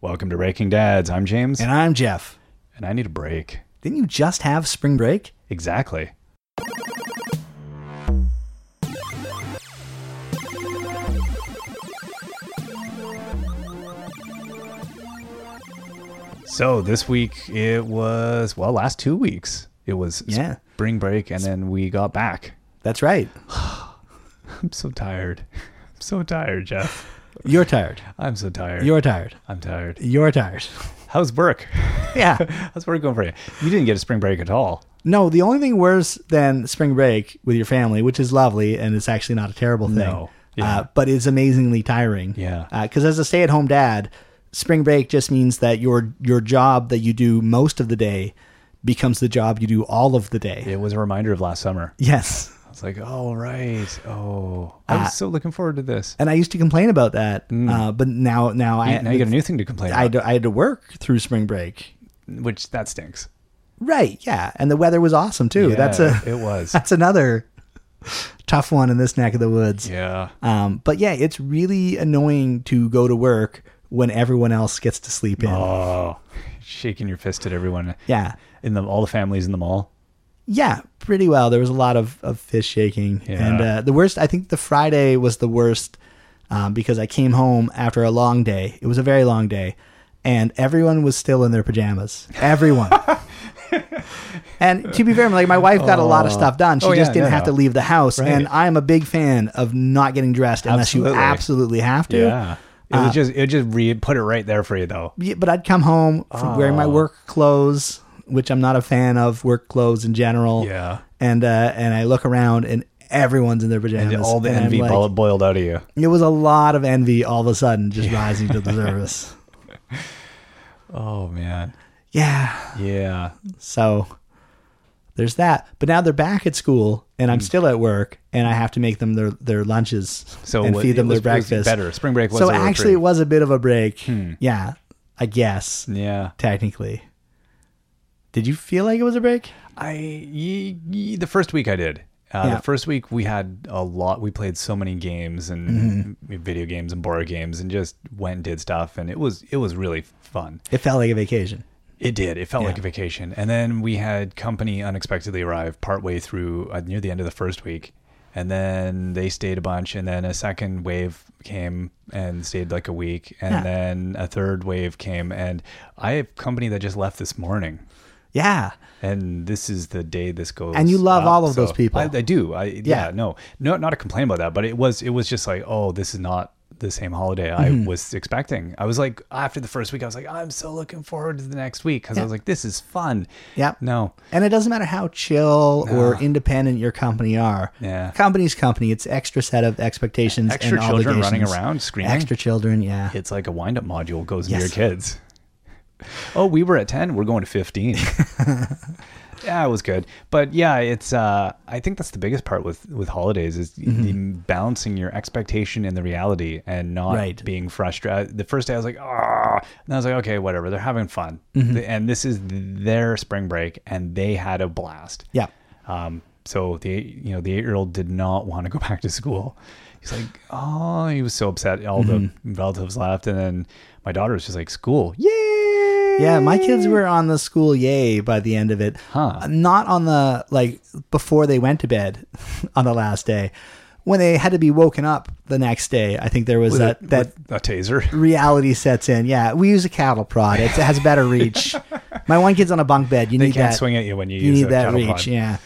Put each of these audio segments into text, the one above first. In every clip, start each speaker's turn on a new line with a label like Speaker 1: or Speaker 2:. Speaker 1: Welcome to Breaking Dads. I'm James,
Speaker 2: And I'm Jeff.
Speaker 1: and I need a break.
Speaker 2: Didn't you just have spring break?
Speaker 1: Exactly. So this week it was well, last two weeks it was
Speaker 2: Yeah.
Speaker 1: spring break, and then we got back.
Speaker 2: That's right.
Speaker 1: I'm so tired. I'm so tired, Jeff.
Speaker 2: You're tired.
Speaker 1: I'm so tired.
Speaker 2: You're tired.
Speaker 1: I'm tired.
Speaker 2: You're tired.
Speaker 1: How's work?
Speaker 2: yeah.
Speaker 1: How's work going for you? You didn't get a spring break at all.
Speaker 2: No, the only thing worse than spring break with your family, which is lovely and it's actually not a terrible thing,
Speaker 1: No. Yeah.
Speaker 2: uh, but it's amazingly tiring.
Speaker 1: Yeah.
Speaker 2: Because as a stay at home dad, spring break just means that your your job that you do most of the day becomes the job you do all of the day.
Speaker 1: It was a reminder of last summer.
Speaker 2: Yes.
Speaker 1: I was like, oh, right. Oh, I
Speaker 2: Uh,
Speaker 1: was so looking forward to this.
Speaker 2: And I used to complain about that, uh, but now now I
Speaker 1: now Mm. you got a new thing to complain
Speaker 2: I
Speaker 1: about,
Speaker 2: had to, I had to work through spring break.
Speaker 1: which that stinks.
Speaker 2: Right. Yeah. And the weather was awesome too. that's
Speaker 1: Yeah,
Speaker 2: a
Speaker 1: it was.
Speaker 2: that's another tough one in this neck of the woods.
Speaker 1: yeah.
Speaker 2: Um, but yeah, it's really annoying to go to work when everyone else gets to sleep in.
Speaker 1: Oh, shaking your fist at everyone
Speaker 2: Yeah.
Speaker 1: in the all the families in the mall.
Speaker 2: Yeah, pretty well. There was a lot of, of fist shaking.
Speaker 1: Yeah.
Speaker 2: And uh, the worst, I think the Friday was the worst um, because I came home after a long day. It was a very long day. And everyone was still in their pajamas. Everyone. and to be fair, like my wife got a lot of stuff done. She
Speaker 1: Oh, yeah,
Speaker 2: just didn't
Speaker 1: no,
Speaker 2: have to
Speaker 1: no.
Speaker 2: leave the house. And I'm a big fan of not getting dressed unless you
Speaker 1: Absolutely.
Speaker 2: absolutely have to.
Speaker 1: Yeah. It
Speaker 2: Uh,
Speaker 1: was just it just re- put it right there for you though.
Speaker 2: Yeah, but I'd come home from wearing my work clothes, which I'm not a fan of work clothes in general.
Speaker 1: Yeah.
Speaker 2: And uh, and I look around and everyone's in their pajamas.
Speaker 1: all the
Speaker 2: and I'm
Speaker 1: envy
Speaker 2: like-
Speaker 1: bo- boiled out of you.
Speaker 2: It was a lot of envy all of a sudden just rising to the surface.
Speaker 1: Oh man.
Speaker 2: Yeah.
Speaker 1: Yeah.
Speaker 2: So there's that. But now they're back at school and
Speaker 1: Hmm.
Speaker 2: I'm still at work and I have to make them their, their lunches
Speaker 1: So
Speaker 2: and
Speaker 1: what-
Speaker 2: feed them
Speaker 1: it was,
Speaker 2: their
Speaker 1: it was
Speaker 2: breakfast.
Speaker 1: better. Spring break was
Speaker 2: So
Speaker 1: a Hmm.
Speaker 2: actually it
Speaker 1: reprieve.
Speaker 2: was a bit of a break. Yeah. I guess.
Speaker 1: yeah.
Speaker 2: technically. Did you feel like it was a break?
Speaker 1: I ye, ye, the first week I did. Uh,
Speaker 2: Yeah.
Speaker 1: The first week we had a lot. We played so many games and
Speaker 2: Mm-hmm.
Speaker 1: video games and board games and just went and did stuff. And it was it was really fun.
Speaker 2: It felt like a vacation.
Speaker 1: It did. It felt like a vacation. And then we had company unexpectedly arrive partway through uh, near the end of the first week. And then they stayed a bunch. And then a second wave came and stayed like a week. And
Speaker 2: Yeah.
Speaker 1: then a third wave came. And I have company that just left this morning
Speaker 2: Yeah.
Speaker 1: and this is the day this goes.
Speaker 2: And you love
Speaker 1: up,
Speaker 2: all of those people.
Speaker 1: I, I do. I yeah.
Speaker 2: Yeah.
Speaker 1: No, no, not a complaint about that. But it was it was just like, oh, this is not the same holiday
Speaker 2: Mm-hmm.
Speaker 1: I was expecting. I was like, after the first week, I was like, I'm so looking forward to the next week because I was like, this is fun.
Speaker 2: Yep.
Speaker 1: No.
Speaker 2: And it doesn't matter how chill or independent your company are.
Speaker 1: Yeah.
Speaker 2: Company's company. It's extra set of expectations.
Speaker 1: Extra
Speaker 2: and
Speaker 1: children running
Speaker 2: obligations.
Speaker 1: around screaming.
Speaker 2: Extra children, yeah.
Speaker 1: It's like a wind up module goes into your
Speaker 2: Yes.
Speaker 1: kids. Oh, we were at 10. We're going to 15. yeah, it was good. But yeah, it's, uh, I think that's the biggest part with, with holidays is
Speaker 2: Mm-hmm.
Speaker 1: the balancing your expectation and the reality and not
Speaker 2: Right.
Speaker 1: being frustrated. Uh, The first day I was like, ah, and I was like, okay, whatever. They're having fun.
Speaker 2: Mm-hmm.
Speaker 1: And this is their spring break and they had a blast.
Speaker 2: Yeah.
Speaker 1: Um, so the eight- you know the eight year old did not want to go back to school. He's like, oh, he was so upset. All
Speaker 2: Mm-hmm.
Speaker 1: the relatives left, and then my daughter was just like, school, yay!
Speaker 2: Yeah, my kids were on the school yay by the end of it.
Speaker 1: Huh.
Speaker 2: Not on the like before they went to bed on the last day. When they had to be woken up the next day, I think there was that,
Speaker 1: With
Speaker 2: that
Speaker 1: a taser.
Speaker 2: reality sets in. Yeah, we use a cattle prod. It's, it has better reach. My one kid's on a bunk bed. You
Speaker 1: They
Speaker 2: need
Speaker 1: can't
Speaker 2: that.
Speaker 1: swing at you when you,
Speaker 2: you
Speaker 1: use
Speaker 2: need
Speaker 1: a
Speaker 2: that
Speaker 1: cattle
Speaker 2: reach.
Speaker 1: prod.
Speaker 2: Yeah.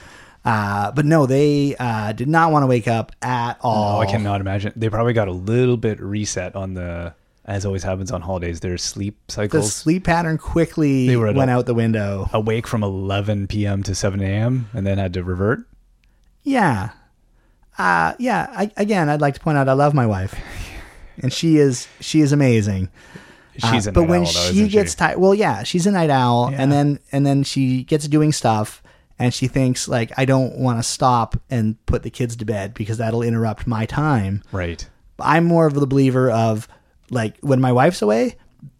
Speaker 2: Uh, but no, they uh, did not want to wake up at all.
Speaker 1: Oh, I cannot imagine. They probably got a little bit reset on the, as always happens on holidays, their sleep
Speaker 2: The
Speaker 1: cycles.
Speaker 2: sleep pattern quickly
Speaker 1: were adult-
Speaker 2: went out the window.
Speaker 1: Awake from 11 p.m. to 7 a.m. and then had to revert.
Speaker 2: Yeah. Uh, yeah. I, again, I'd like to point out I love my wife, and she is she is amazing. Uh,
Speaker 1: She's a
Speaker 2: but
Speaker 1: night
Speaker 2: when
Speaker 1: owl, though,
Speaker 2: she
Speaker 1: isn't
Speaker 2: gets tired, well, yeah, she's a night owl,
Speaker 1: Yeah.
Speaker 2: and then and then she gets doing stuff, and she thinks like I don't want to stop and put the kids to bed because that'll interrupt my time.
Speaker 1: right.
Speaker 2: I'm more of the believer of like when my wife's away,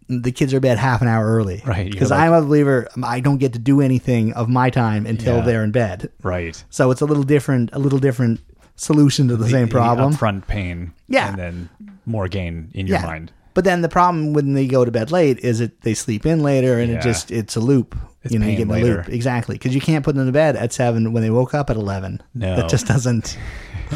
Speaker 2: the kids are bed half an hour early,
Speaker 1: Right, you're
Speaker 2: Because
Speaker 1: like-
Speaker 2: I'm a believer um, I don't get to do anything of my time until
Speaker 1: Yeah.
Speaker 2: they're in bed.
Speaker 1: Right.
Speaker 2: So it's a little different, a little different solution to the, same problem.
Speaker 1: Front pain.
Speaker 2: Yeah.
Speaker 1: And then more gain in your
Speaker 2: yeah.
Speaker 1: mind.
Speaker 2: But then the problem when they go to bed late is it they sleep in later and
Speaker 1: Yeah.
Speaker 2: it just it's a loop.
Speaker 1: It's
Speaker 2: you know, you
Speaker 1: pain
Speaker 2: get in a
Speaker 1: later.
Speaker 2: loop exactly because you can't put them to bed at seven when they woke up at eleven.
Speaker 1: No.
Speaker 2: that just doesn't.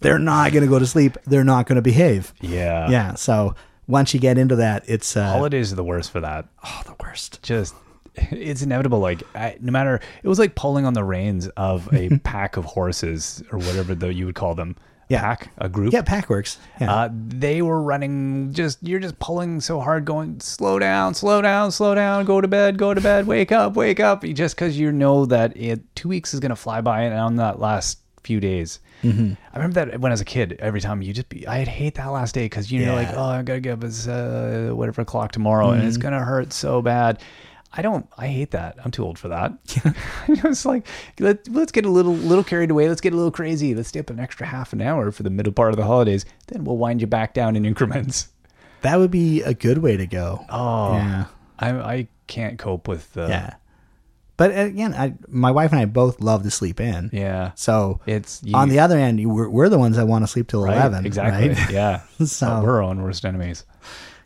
Speaker 2: they're not going to go to sleep. They're not going to behave.
Speaker 1: Yeah.
Speaker 2: yeah. So once you get into that, it's uh,
Speaker 1: Holidays are Oh, the worst for that.
Speaker 2: oh, the worst.
Speaker 1: Just it's inevitable. Like I, no matter it was like pulling on the reins of a pack of horses or whatever though you would call them.
Speaker 2: Yeah.
Speaker 1: Pack a group.
Speaker 2: Yeah, pack works. Yeah.
Speaker 1: Uh, they were running just you're just pulling so hard going slow down slow down slow down go to bed go to bed wake up wake up just because you know that it, two weeks is going to fly by and on that last few days i remember that when i was a kid every time you just be i'd hate that last day because you're
Speaker 2: Yeah. Mm-hmm.
Speaker 1: like oh i gotta get this uh, whatever o'clock tomorrow and it's gonna hurt so bad I don't. I hate that. I'm too old for that. it's like let, let's get a little little carried away. Let's get a little crazy. Let's stay up an extra half an hour for the middle part of the holidays. Then we'll wind you back down in increments.
Speaker 2: that would be a good way to go.
Speaker 1: Oh,
Speaker 2: Yeah.
Speaker 1: I I can't cope with the
Speaker 2: yeah. But again, I, my wife and I both love to sleep in.
Speaker 1: yeah.
Speaker 2: So
Speaker 1: It's
Speaker 2: on
Speaker 1: you-
Speaker 2: the other end, you- we're, we're the ones that want to sleep till
Speaker 1: right?
Speaker 2: eleven.
Speaker 1: exactly
Speaker 2: Right?
Speaker 1: yeah.
Speaker 2: So-
Speaker 1: we're our own worst enemies.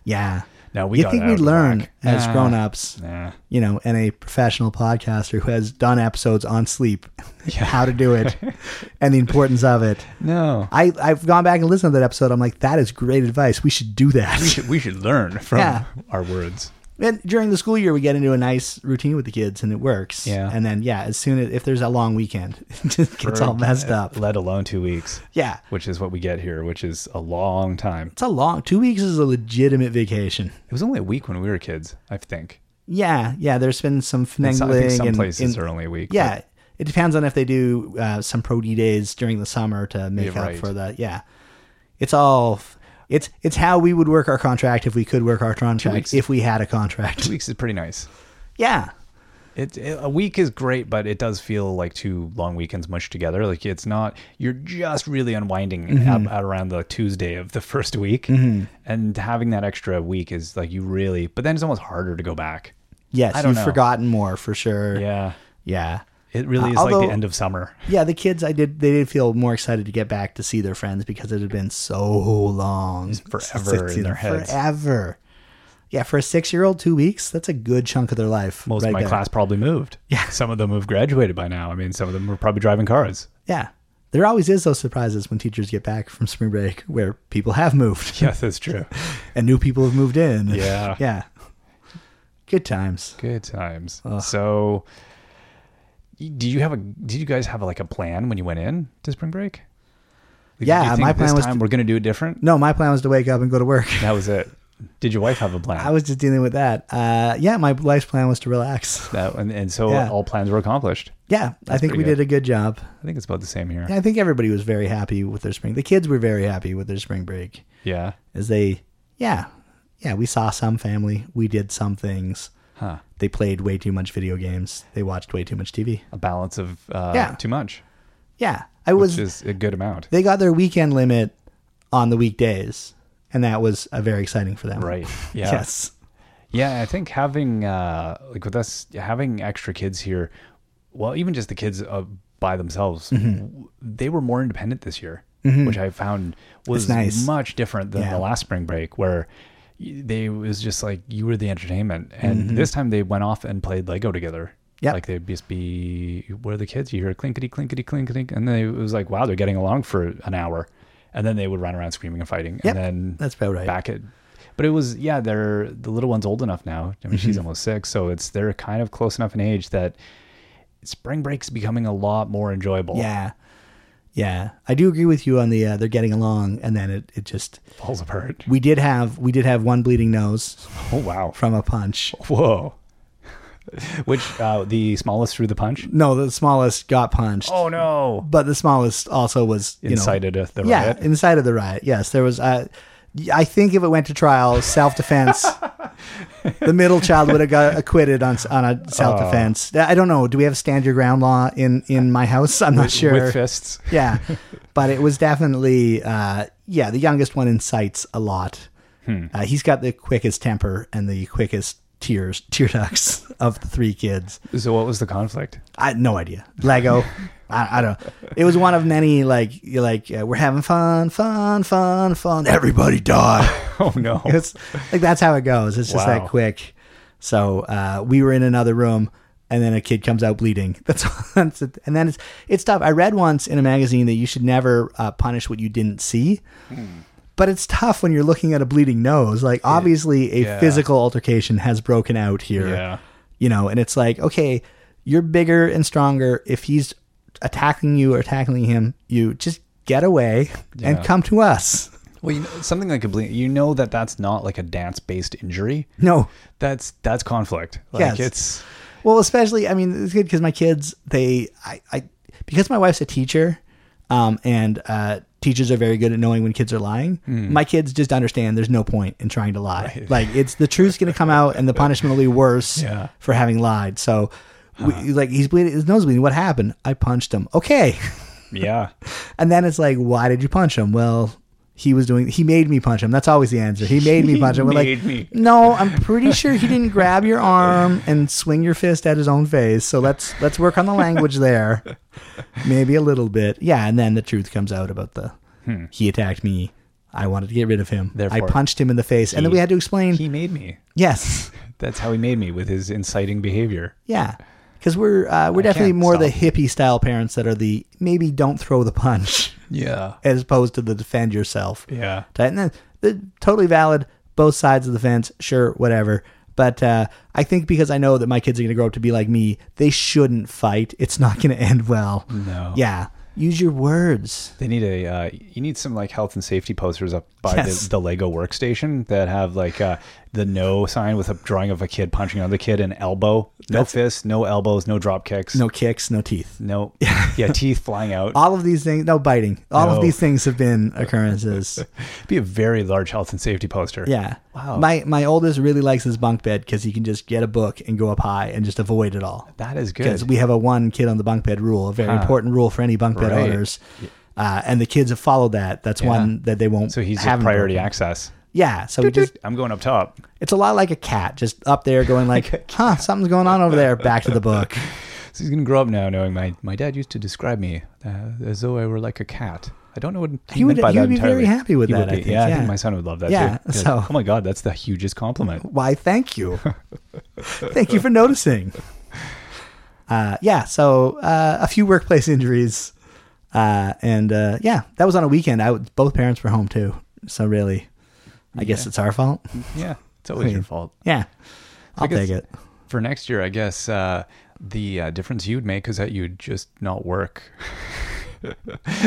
Speaker 2: yeah.
Speaker 1: No, we
Speaker 2: you
Speaker 1: got
Speaker 2: think
Speaker 1: it out
Speaker 2: we'd
Speaker 1: of the
Speaker 2: learn
Speaker 1: whack.
Speaker 2: as
Speaker 1: Nah.
Speaker 2: grown-ups,
Speaker 1: Nah.
Speaker 2: you know, and a professional podcaster who has done episodes on sleep, how to do it, and the importance of it.
Speaker 1: No,
Speaker 2: I I've gone back and listened to that episode. I'm like, that is great advice. We should do
Speaker 1: we
Speaker 2: that.
Speaker 1: should we should learn from
Speaker 2: Yeah.
Speaker 1: our words.
Speaker 2: and during the school year, we get into a nice routine with the kids, and it works.
Speaker 1: Yeah.
Speaker 2: And then yeah, as soon as if there's a long weekend, it just gets all messed up.
Speaker 1: Let alone two weeks,
Speaker 2: Yeah.
Speaker 1: which is what we get here, which is a long time.
Speaker 2: It's a long two weeks is a legitimate vacation.
Speaker 1: It was only a week when we were kids, I think.
Speaker 2: Yeah, yeah. There's been some
Speaker 1: In some- I
Speaker 2: finagling.
Speaker 1: think some
Speaker 2: and-
Speaker 1: places
Speaker 2: and-
Speaker 1: are only a week.
Speaker 2: Yeah, it depends on if they do uh, some pro D days during the summer to make
Speaker 1: Yeah,
Speaker 2: up
Speaker 1: right.
Speaker 2: for the. Yeah, it's all. f- It's it's how we would work our contract if we could work our contract
Speaker 1: weeks.
Speaker 2: if we had a
Speaker 1: but
Speaker 2: contract.
Speaker 1: two weeks is pretty nice.
Speaker 2: yeah,
Speaker 1: It, it- a week is great, but it does feel like two long weekends mushed together. Like it's not you're just really unwinding
Speaker 2: Mm-hmm.
Speaker 1: ab- at around the Tuesday of the first week, and having that extra week is like you really. But then it's almost harder to go back.
Speaker 2: yes,
Speaker 1: I don't
Speaker 2: you've
Speaker 1: know.
Speaker 2: forgotten more for sure.
Speaker 1: Yeah,
Speaker 2: yeah,
Speaker 1: it really is
Speaker 2: Uh,
Speaker 1: like
Speaker 2: although-
Speaker 1: the end of summer.
Speaker 2: yeah. The kids, I did. They did feel more excited to get back to see their friends because it had been so long,
Speaker 1: forever
Speaker 2: It's- it's
Speaker 1: in their heads.
Speaker 2: forever. Yeah, for a six-year-old, two weeks—that's a good chunk of their life.
Speaker 1: Most
Speaker 2: right
Speaker 1: of my
Speaker 2: there.
Speaker 1: class probably moved.
Speaker 2: Yeah.
Speaker 1: some of them have graduated by now. I mean, some of them were probably driving cars.
Speaker 2: Yeah. There always is those surprises when teachers get back from spring break where people have moved
Speaker 1: Yes, that's true.
Speaker 2: and new people have moved in.
Speaker 1: Yeah.
Speaker 2: yeah. Good times.
Speaker 1: Good times. So, y- do you have a? Did you guys have like a plan when you went in to spring break? Like,
Speaker 2: Yeah,
Speaker 1: did you think
Speaker 2: my
Speaker 1: this
Speaker 2: plan was
Speaker 1: time
Speaker 2: to-
Speaker 1: we're going to do it different.
Speaker 2: No, my plan was to wake up and go to work.
Speaker 1: That was it. Did your wife have a plan?
Speaker 2: I was just dealing with that. Uh, yeah, my life's plan was to relax.
Speaker 1: that, and, and so
Speaker 2: Yeah.
Speaker 1: all plans were accomplished.
Speaker 2: Yeah, I
Speaker 1: That's
Speaker 2: think we
Speaker 1: pretty good.
Speaker 2: did a good job.
Speaker 1: I think it's about the same here.
Speaker 2: Yeah, I think everybody was very happy with their spring. The kids were very happy with their spring break
Speaker 1: Yeah.
Speaker 2: as they, yeah, yeah, we saw some family. We did some things.
Speaker 1: Huh.
Speaker 2: They played way too much video games. They watched way too much TV.
Speaker 1: A balance of uh,
Speaker 2: Yeah.
Speaker 1: too much,
Speaker 2: Yeah, I
Speaker 1: which
Speaker 2: was
Speaker 1: is a good amount.
Speaker 2: they got their weekend limit on the weekdays, and that was uh, very exciting for them.
Speaker 1: Right. Yeah.
Speaker 2: Yes.
Speaker 1: Yeah, I think having uh, like with us having extra kids here, well, even just the kids uh, by themselves,
Speaker 2: Mm-hmm.
Speaker 1: w- they were more independent this year, which I found was
Speaker 2: nice.
Speaker 1: much different than
Speaker 2: Yeah.
Speaker 1: the last spring break where y- they it was just like you were the entertainment, and
Speaker 2: Mm-hmm.
Speaker 1: this time they went off and played Lego together.
Speaker 2: Yep.
Speaker 1: like they'd just be where are the kids you hear clinkety clinkety clinkety, and then it was like wow they're getting along for an hour, and then they would run around screaming and fighting,
Speaker 2: Yep.
Speaker 1: and then
Speaker 2: That's about right.
Speaker 1: back at but it was yeah they're the little one's old enough now i mean she's
Speaker 2: Mm-hmm.
Speaker 1: almost six so it's they're kind of close enough in age that spring break's becoming a lot more enjoyable
Speaker 2: Yeah. Yeah, I do agree with you on the uh, they're getting along, and then it, it just
Speaker 1: falls apart
Speaker 2: we did have we did have one bleeding nose
Speaker 1: oh wow
Speaker 2: from a punch.
Speaker 1: whoa which uh the smallest through the punch
Speaker 2: No, the smallest got punched,
Speaker 1: oh no
Speaker 2: but the smallest also was you know
Speaker 1: incited at the
Speaker 2: yeah
Speaker 1: riot
Speaker 2: inside of the riot. Yes, there was. Uh, I think if it went to trial, self defense, the middle child would have got acquitted on on a self defense.
Speaker 1: Oh.
Speaker 2: I don't know. Do we have stand your ground law in in my house? I'm not sure.
Speaker 1: with fists
Speaker 2: yeah, but it was definitely uh, yeah.
Speaker 1: Hmm.
Speaker 2: The youngest one incites a lot. Uh, he's got the quickest temper and the quickest tears, tear ducts of the three kids.
Speaker 1: So what was the conflict?
Speaker 2: I no idea. Lego. I, I don't. It was one of many like you're like uh, we're having fun, fun, fun, fun. Everybody die.
Speaker 1: Oh no.
Speaker 2: It's like that's how it goes. It's just
Speaker 1: Wow.
Speaker 2: that quick. So uh, we were in another room, and then a kid comes out bleeding. That's, that's it. and then it's it's tough. I read once in a magazine that you should never uh, punish what you didn't see. But it's tough when you're looking at a bleeding nose. Like obviously, a
Speaker 1: Hmm. yeah.
Speaker 2: physical altercation has broken out here.
Speaker 1: Yeah.
Speaker 2: You know, and it's like, okay, you're bigger and stronger. If he's attacking you or tackling him, you just get away
Speaker 1: Yeah.
Speaker 2: and come to us.
Speaker 1: Well, you know, something like a ble- you know that that's not like a dance-based injury.
Speaker 2: No,
Speaker 1: That's that's conflict. Like
Speaker 2: Yes.
Speaker 1: it's
Speaker 2: Well, especially, I mean, it's good because my kids, they, I, I, because my wife's a teacher, um, and uh, teachers are very good at knowing when kids are lying. My kids just understand there's no point in trying to lie. Like it's the truth's going to come out, and the punishment will be worse
Speaker 1: Yeah.
Speaker 2: for having lied. So, we, like he's bleeding, his nose bleeding. What happened? I punched him. Okay,
Speaker 1: yeah.
Speaker 2: and then it's like, why did you punch him? Well. He was doing. He made me punch him. That's always the answer. He made me punch him. We're
Speaker 1: made
Speaker 2: like,
Speaker 1: me.
Speaker 2: no, I'm pretty sure he didn't grab your arm and swing your fist at his own face. So let's let's work on the language there. Maybe a little bit. Yeah, and then the truth comes out about the
Speaker 1: Hmm.
Speaker 2: he attacked me. I wanted to get rid of him.
Speaker 1: Therefore,
Speaker 2: I punched him in the face. and then
Speaker 1: he-
Speaker 2: we had to explain
Speaker 1: He made me.
Speaker 2: Yes.
Speaker 1: That's how he made me with his inciting behavior.
Speaker 2: Yeah. Because we're uh, we're definitely
Speaker 1: can't
Speaker 2: more the
Speaker 1: stop.
Speaker 2: hippie style parents that are the maybe don't throw the punch
Speaker 1: Yeah.
Speaker 2: as opposed to the defend yourself.
Speaker 1: Yeah.
Speaker 2: Tight- And then the totally valid, both sides of the fence, sure, whatever. But uh, I think because I know that my kids are going to grow up to be like me, they shouldn't fight. It's not going to end well.
Speaker 1: No.
Speaker 2: Yeah. Use your words.
Speaker 1: They need a uh, you need some like health and safety posters up by
Speaker 2: Yes.
Speaker 1: the, the Lego workstation that have like uh, the no sign with a drawing of a kid punching another kid and elbow. No fists, no elbows, no drop kicks.
Speaker 2: No kicks, no teeth.
Speaker 1: No. yeah, teeth flying out.
Speaker 2: All of these things, no biting. All
Speaker 1: No.
Speaker 2: of these things have been occurrences.
Speaker 1: Be a very large health and safety poster.
Speaker 2: Yeah.
Speaker 1: Wow.
Speaker 2: My my oldest really likes his bunk bed because he can just get a book and go up high and just avoid it all.
Speaker 1: That is
Speaker 2: because
Speaker 1: good.
Speaker 2: we have a one kid on the bunk bed rule, a very important rule for any bunk bed
Speaker 1: Right.
Speaker 2: owners. Uh, and the kids have followed that. That's one that they won't.
Speaker 1: so he's just
Speaker 2: haven't
Speaker 1: priority
Speaker 2: broken.
Speaker 1: access.
Speaker 2: Yeah, so we just
Speaker 1: I'm going up top.
Speaker 2: it's a lot like a cat, just up there going like, "Huh, something's going on over there." Back to the book.
Speaker 1: So he's gonna grow up now knowing my my dad used to describe me uh, as though I were like a cat. I don't know what he,
Speaker 2: He would-
Speaker 1: meant by
Speaker 2: he
Speaker 1: that
Speaker 2: would be
Speaker 1: entirely.
Speaker 2: very happy with
Speaker 1: He would
Speaker 2: that, I
Speaker 1: be.
Speaker 2: think,
Speaker 1: yeah, I
Speaker 2: yeah.
Speaker 1: think my son would love that
Speaker 2: Yeah,
Speaker 1: too. Be like,
Speaker 2: so-
Speaker 1: oh my god, that's the hugest compliment.
Speaker 2: Why? Thank you. thank you for noticing. Uh, yeah, so uh, a few workplace injuries, uh, and uh, yeah, that was on a weekend. I w- both parents were home too, so really, I guess
Speaker 1: Yeah.
Speaker 2: it's our fault.
Speaker 1: Yeah, it's always your fault.
Speaker 2: Yeah, I'll
Speaker 1: guess-
Speaker 2: take it.
Speaker 1: For next year, I guess uh, the uh, difference you'd make is that you'd just not work.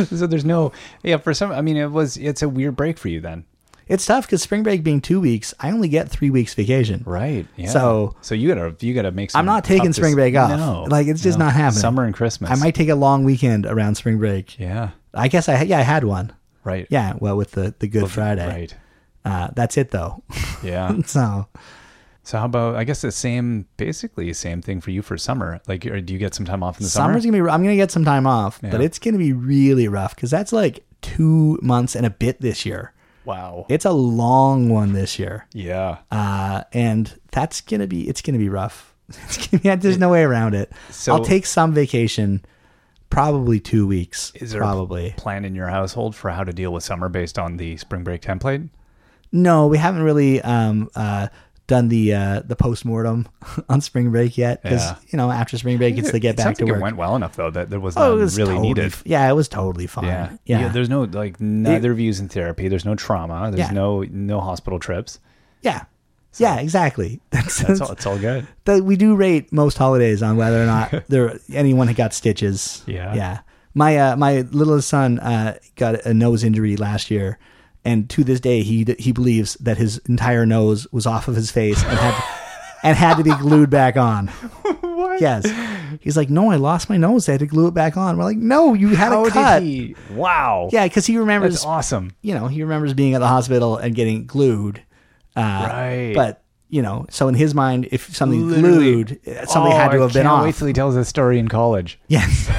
Speaker 1: so there's no yeah for some. I mean, it was it's a weird break for you then,
Speaker 2: It's tough because spring break being two weeks, I only get three weeks vacation.
Speaker 1: right? Yeah.
Speaker 2: So-
Speaker 1: so you gotta you gotta make. Some
Speaker 2: I'm not taking
Speaker 1: tough
Speaker 2: spring
Speaker 1: dec-
Speaker 2: break off.
Speaker 1: No,
Speaker 2: Like, it's just
Speaker 1: no.
Speaker 2: not happening.
Speaker 1: Summer and Christmas.
Speaker 2: I might take a long weekend around spring break.
Speaker 1: Yeah.
Speaker 2: I guess I ha- yeah I had one.
Speaker 1: Right.
Speaker 2: Yeah, well with the the Good Friday.
Speaker 1: Right.
Speaker 2: Uh, that's it though.
Speaker 1: Yeah.
Speaker 2: so
Speaker 1: So how about I guess the same, basically same thing for you for summer. Like, or do you get some time off in the summer?
Speaker 2: summer's gonna be. I'm gonna get some time off, but
Speaker 1: Yeah.
Speaker 2: it's gonna be really rough because that's like two months and a bit this year.
Speaker 1: Wow.
Speaker 2: It's a long one this year,
Speaker 1: yeah.
Speaker 2: uh, and that's gonna be. It's gonna be rough. It's gonna be, there's no way around it.
Speaker 1: So-
Speaker 2: I'll take some vacation, probably two weeks.
Speaker 1: Is there a
Speaker 2: probably
Speaker 1: plan in your household for how to deal with summer based on the spring break template?
Speaker 2: No, we haven't really um, uh, done the uh, the postmortem on spring break yet because
Speaker 1: Yeah.
Speaker 2: you know after spring break it's the get
Speaker 1: It
Speaker 2: back
Speaker 1: sounds
Speaker 2: to
Speaker 1: like
Speaker 2: work.
Speaker 1: It went well enough though that there was
Speaker 2: Oh,
Speaker 1: none
Speaker 2: it was
Speaker 1: really
Speaker 2: totally
Speaker 1: needed.
Speaker 2: f- Yeah, it was totally fine.
Speaker 1: Yeah.
Speaker 2: Yeah, yeah.
Speaker 1: There's no like neither of you's in therapy. There's no trauma. There's
Speaker 2: Yeah.
Speaker 1: no no hospital trips.
Speaker 2: yeah. exactly. That's,
Speaker 1: That's all. It's all good.
Speaker 2: that we do rate most holidays on whether or not there anyone had got stitches.
Speaker 1: Yeah.
Speaker 2: yeah. My uh, my littlest son uh, got a nose injury last year, and to this day he he believes that his entire nose was off of his face and had and had to be glued back on.
Speaker 1: What?
Speaker 2: Yes, he's like, no, I lost my nose. I had to glue it back on. We're like, no, you had
Speaker 1: How
Speaker 2: a cut.
Speaker 1: did he? Wow.
Speaker 2: Yeah, because he remembers
Speaker 1: That's awesome.
Speaker 2: you know, he remembers being at the hospital and getting glued. Uh,
Speaker 1: Right.
Speaker 2: But you know, so in his mind, if something glued, something
Speaker 1: oh,
Speaker 2: had to
Speaker 1: I
Speaker 2: have been
Speaker 1: can't
Speaker 2: off.
Speaker 1: Wait till he tells this story in college.
Speaker 2: yes.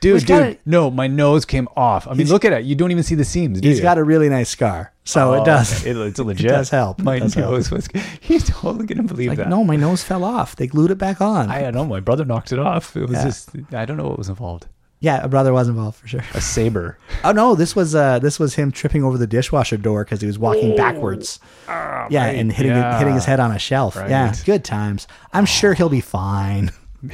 Speaker 1: dude,
Speaker 2: Which
Speaker 1: dude,
Speaker 2: kinda-
Speaker 1: no, my nose came off. I mean, look at it. You don't even see the seams. Do
Speaker 2: He's
Speaker 1: you?
Speaker 2: got a really nice scar, so
Speaker 1: Oh,
Speaker 2: it does.
Speaker 1: It, it's legit.
Speaker 2: does help. It
Speaker 1: My
Speaker 2: does help.
Speaker 1: nose was. He's totally gonna believe
Speaker 2: like,
Speaker 1: that.
Speaker 2: no, my nose fell off. They glued it back on.
Speaker 1: I don't know. My brother knocked it off. It was
Speaker 2: Yeah.
Speaker 1: just. I don't know what was involved.
Speaker 2: yeah, a brother was involved for sure.
Speaker 1: A saber.
Speaker 2: Oh no, this was uh, this was him tripping over the dishwasher door because he was walking backwards. yeah, and hitting
Speaker 1: Oh. Ah, yeah.
Speaker 2: hitting his head on a shelf. Yeah,
Speaker 1: Right.
Speaker 2: good times. I'm sure he'll be fine.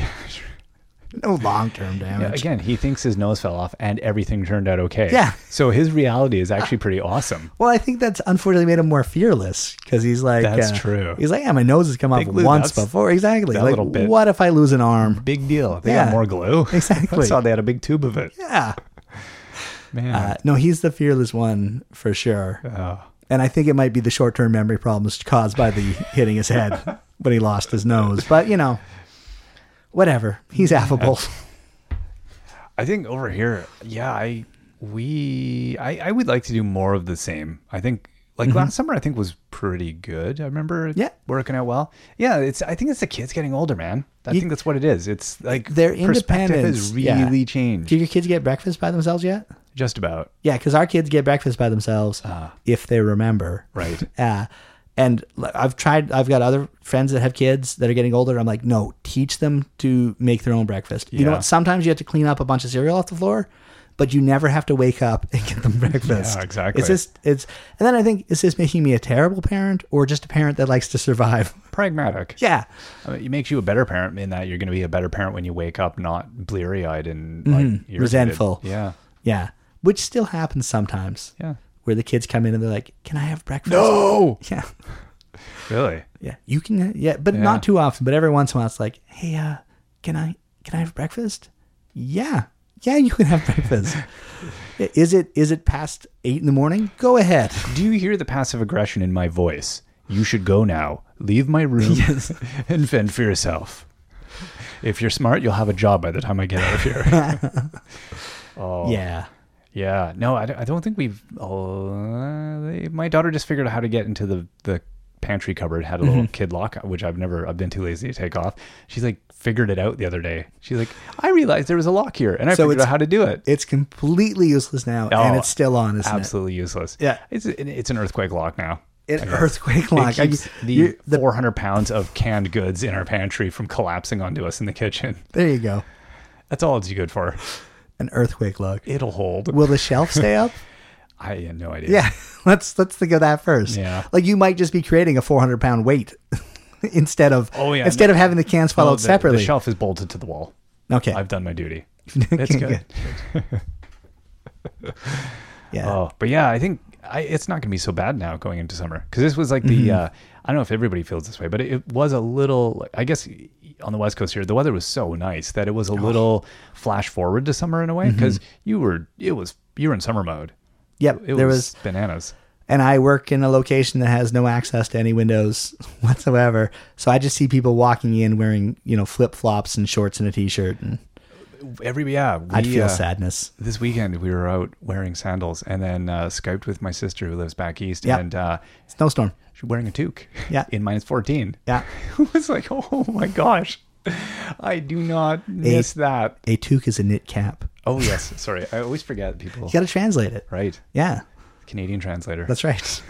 Speaker 2: no long term
Speaker 1: Yeah,
Speaker 2: damage.
Speaker 1: Again, he thinks his nose fell off and everything turned out okay.
Speaker 2: Yeah.
Speaker 1: So his reality is actually pretty awesome.
Speaker 2: Well, I think that's unfortunately made him more fearless because he's like, uh,
Speaker 1: That's true.
Speaker 2: He's like, yeah, my nose has come off
Speaker 1: Big Lou,
Speaker 2: once
Speaker 1: that's-
Speaker 2: before. Exactly.
Speaker 1: that
Speaker 2: Like,
Speaker 1: little bit.
Speaker 2: what if I lose an arm?
Speaker 1: Big deal. They
Speaker 2: Yeah.
Speaker 1: got more glue. I
Speaker 2: Exactly.
Speaker 1: saw they had a big tube of it.
Speaker 2: Yeah.
Speaker 1: Man.
Speaker 2: Uh, no, he's the fearless one for sure.
Speaker 1: Oh.
Speaker 2: And I think it might be the short term memory problems caused by the hitting his head when he lost his nose. But, you know, whatever. He's affable.
Speaker 1: I think over here, yeah, I we I, I would like to do more of the same. I think like last summer I think was pretty good. I remember it
Speaker 2: Mm-hmm. Yeah.
Speaker 1: working out well. Yeah, it's I think it's the kids getting older, man. I
Speaker 2: You-
Speaker 1: think that's what it is. It's like
Speaker 2: Their
Speaker 1: perspective
Speaker 2: independence,
Speaker 1: has
Speaker 2: yeah.
Speaker 1: really changed.
Speaker 2: Do your kids get breakfast by themselves yet?
Speaker 1: Just about.
Speaker 2: Yeah, because our kids get breakfast by themselves if they remember.
Speaker 1: Uh. Right.
Speaker 2: Yeah. Uh, And like, I've tried, I've got other friends that have kids that are getting older. I'm like, no, teach them to make their own breakfast. You know
Speaker 1: Yeah.
Speaker 2: what? Sometimes you have to clean up a bunch of cereal off the floor, but you never have to wake up and get them breakfast.
Speaker 1: exactly.
Speaker 2: It's just, it's, and then I think, is this making me a terrible parent or just a parent that likes to survive?
Speaker 1: Pragmatic.
Speaker 2: yeah.
Speaker 1: I mean, it makes you a better parent in that you're going to be a better parent when you wake up not bleary eyed and like, irritated.
Speaker 2: Mm-hmm. Resentful.
Speaker 1: Yeah.
Speaker 2: Yeah. Which still happens sometimes
Speaker 1: Yeah.
Speaker 2: where the kids come in and they're like, can I have breakfast?
Speaker 1: No.
Speaker 2: Yeah.
Speaker 1: Really?
Speaker 2: Yeah, you can. Yeah, but
Speaker 1: Yeah.
Speaker 2: not too often. But every once in a while, it's like, hey, uh, can I can I have breakfast? Yeah, yeah, you can have breakfast. Yeah, is it is it past eight in the morning? Go ahead.
Speaker 1: Do you hear the passive aggression in my voice? You should go now. Leave my room and fend for yourself. If you're smart, you'll have a job by the time I get out of here. oh, yeah.
Speaker 2: Yeah,
Speaker 1: No, I don't, I don't think we've. Uh, they, my daughter just figured out how to get into the, the pantry cupboard, had a
Speaker 2: Mm-hmm.
Speaker 1: little kid lock, which I've never, I've been too lazy to take off. She's like, figured it out the other day. She's like, I realized there was a lock here and I
Speaker 2: So
Speaker 1: figured
Speaker 2: it's-
Speaker 1: out how to do it.
Speaker 2: it's completely useless now, and
Speaker 1: Oh,
Speaker 2: it's still on, isn't
Speaker 1: Absolutely useless.
Speaker 2: Yeah.
Speaker 1: It's, it's an earthquake lock now.
Speaker 2: it? An earthquake lock.
Speaker 1: It
Speaker 2: Are you-
Speaker 1: keeps the
Speaker 2: you're- the-
Speaker 1: 400 pounds of canned goods in our pantry from collapsing onto us in the kitchen.
Speaker 2: there you go.
Speaker 1: That's all it's good for.
Speaker 2: An earthquake lock.
Speaker 1: It'll hold.
Speaker 2: Will the shelf stay up?
Speaker 1: I had no idea.
Speaker 2: Yeah, let's let's think of that first.
Speaker 1: Yeah.
Speaker 2: like you might just be creating a 400 pound weight instead of
Speaker 1: Oh, yeah,
Speaker 2: instead
Speaker 1: no.
Speaker 2: of having the cans
Speaker 1: Oh,
Speaker 2: followed
Speaker 1: the,
Speaker 2: separately.
Speaker 1: The shelf is bolted to the wall.
Speaker 2: okay,
Speaker 1: I've done my duty. That's good.
Speaker 2: yeah.
Speaker 1: Oh, but yeah, I think I, it's not going to be so bad now going into summer because this was like the
Speaker 2: Mm-hmm.
Speaker 1: uh, I don't know if everybody feels this way, but it, it was a little. I guess on the west coast here, the weather was so nice that it was a little flash forward to summer in a way because you were it was you were in summer mode.
Speaker 2: Yep,
Speaker 1: It
Speaker 2: Mm-hmm. there was,
Speaker 1: was bananas.
Speaker 2: and I work in a location that has no access to any windows whatsoever. So I just see people walking in wearing, you know, flip flops and shorts and a t shirt, and
Speaker 1: every yeah we,
Speaker 2: I'd feel
Speaker 1: uh,
Speaker 2: sadness.
Speaker 1: this weekend we were out wearing sandals and then uh, skyped with my sister who lives back east
Speaker 2: Yep.
Speaker 1: and uh,
Speaker 2: Snowstorm.
Speaker 1: she's wearing a toque
Speaker 2: Yeah.
Speaker 1: in minus 14
Speaker 2: Yeah,
Speaker 1: it was like oh my gosh i do not miss that
Speaker 2: a toque is a knit cap.
Speaker 1: oh yes sorry i always forget people
Speaker 2: You got to translate it.
Speaker 1: right
Speaker 2: Yeah,
Speaker 1: canadian translator
Speaker 2: that's right.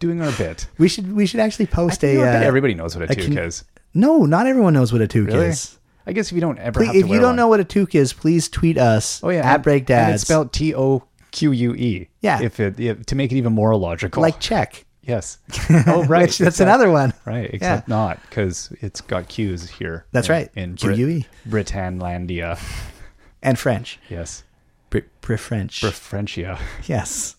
Speaker 1: doing our bit
Speaker 2: We should we should actually post a.
Speaker 1: You know, I
Speaker 2: uh,
Speaker 1: think everybody knows what a toque
Speaker 2: can-
Speaker 1: is
Speaker 2: no, not everyone knows what a toque
Speaker 1: Really?
Speaker 2: is.
Speaker 1: i guess if you don't ever
Speaker 2: Please,
Speaker 1: have to
Speaker 2: if you
Speaker 1: wear
Speaker 2: don't
Speaker 1: one.
Speaker 2: know what a toque is, please tweet us
Speaker 1: oh yeah
Speaker 2: at
Speaker 1: and-
Speaker 2: Break
Speaker 1: and it's
Speaker 2: Dads.
Speaker 1: spelled t-o-q-u-e
Speaker 2: Yeah.
Speaker 1: E, if it if, to make it even more logical
Speaker 2: like check.
Speaker 1: yes oh right
Speaker 2: Which, that's
Speaker 1: exactly.
Speaker 2: another one.
Speaker 1: Right, except not because it's got Q's here.
Speaker 2: That's
Speaker 1: in-
Speaker 2: right, E.
Speaker 1: In
Speaker 2: QUE.
Speaker 1: Brit- Britanlandia.
Speaker 2: And French.
Speaker 1: Yes.
Speaker 2: Pre, pre French.
Speaker 1: Befrenchia.
Speaker 2: Yes.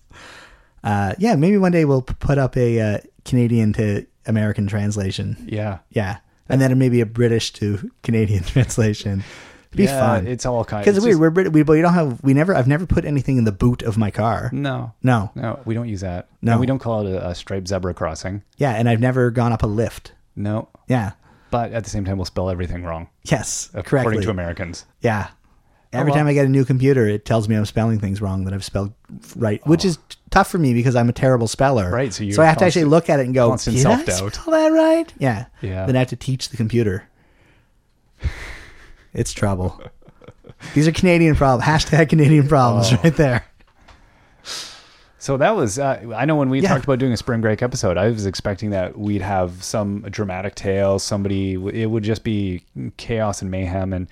Speaker 2: Uh, yeah, maybe one day we'll p- put up a uh, Canadian to American translation.
Speaker 1: Yeah.
Speaker 2: Yeah. And then maybe a British to Canadian translation. It'd be
Speaker 1: yeah,
Speaker 2: fun.
Speaker 1: It's all kinds
Speaker 2: Because we, we're Brit- we, but we don't have, we never, I've never put anything in the boot of my car.
Speaker 1: No.
Speaker 2: No.
Speaker 1: No, we don't use that.
Speaker 2: No.
Speaker 1: And we don't call it a, a striped zebra crossing.
Speaker 2: Yeah. And I've never gone up a lift.
Speaker 1: No.
Speaker 2: Yeah.
Speaker 1: But at the same time, we'll spell everything wrong,
Speaker 2: Yes.
Speaker 1: according
Speaker 2: Correctly.
Speaker 1: to Americans.
Speaker 2: Yeah. Every
Speaker 1: well.
Speaker 2: time I get a new computer, it tells me I'm spelling things wrong that I've spelled right, which is t- tough for me because I'm a terrible speller.
Speaker 1: Oh. Right, so you're
Speaker 2: I have to actually
Speaker 1: constant-
Speaker 2: look at it and go,
Speaker 1: constant
Speaker 2: did I
Speaker 1: self-doubt."
Speaker 2: spell that right? Yeah.
Speaker 1: Yeah.
Speaker 2: Then I have to teach the computer. It's trouble. These are Canadian problems. Hashtag Canadian problems
Speaker 1: Oh.
Speaker 2: right there.
Speaker 1: So that was, uh, I know when we
Speaker 2: Yeah.
Speaker 1: talked about doing a spring break episode, I was expecting that we'd have some dramatic tale, somebody, it would just be chaos and mayhem. And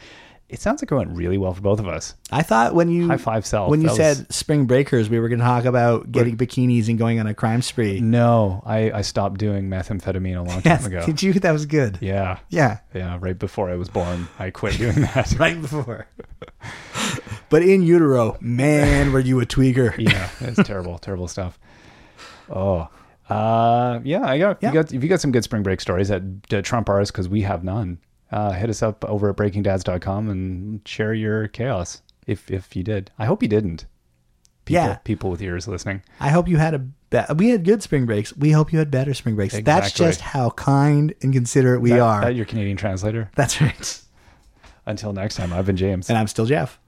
Speaker 1: it sounds like it went really well for both of us.
Speaker 2: I thought when you
Speaker 1: High five self.
Speaker 2: when you
Speaker 1: That was-
Speaker 2: said spring breakers, we were going to talk about getting bikinis and going on a crime spree.
Speaker 1: No, I, I stopped doing methamphetamine a long time
Speaker 2: Yes,
Speaker 1: ago.
Speaker 2: did you? That was good. Yeah,
Speaker 1: Yeah. Yeah. Right before I was born, I quit doing that.
Speaker 2: right before. but in utero, man, were you a tweaker?
Speaker 1: yeah. It's terrible, terrible stuff. Oh. Uh, yeah, I got,
Speaker 2: Yeah.
Speaker 1: You got, if you got some good spring break stories that, that trump ours, because we have none, uh, hit us up over at breakingdads.com and share your chaos if, if you did. I hope you didn't. People,
Speaker 2: Yeah.
Speaker 1: People with ears listening.
Speaker 2: I hope you had a. Be- we had good spring breaks. We hope you had better spring breaks. That's
Speaker 1: Exactly.
Speaker 2: just how kind and considerate we
Speaker 1: That-
Speaker 2: are.
Speaker 1: That your Canadian translator.
Speaker 2: That's right.
Speaker 1: Until next time, I've been James.
Speaker 2: And I'm still Jeff.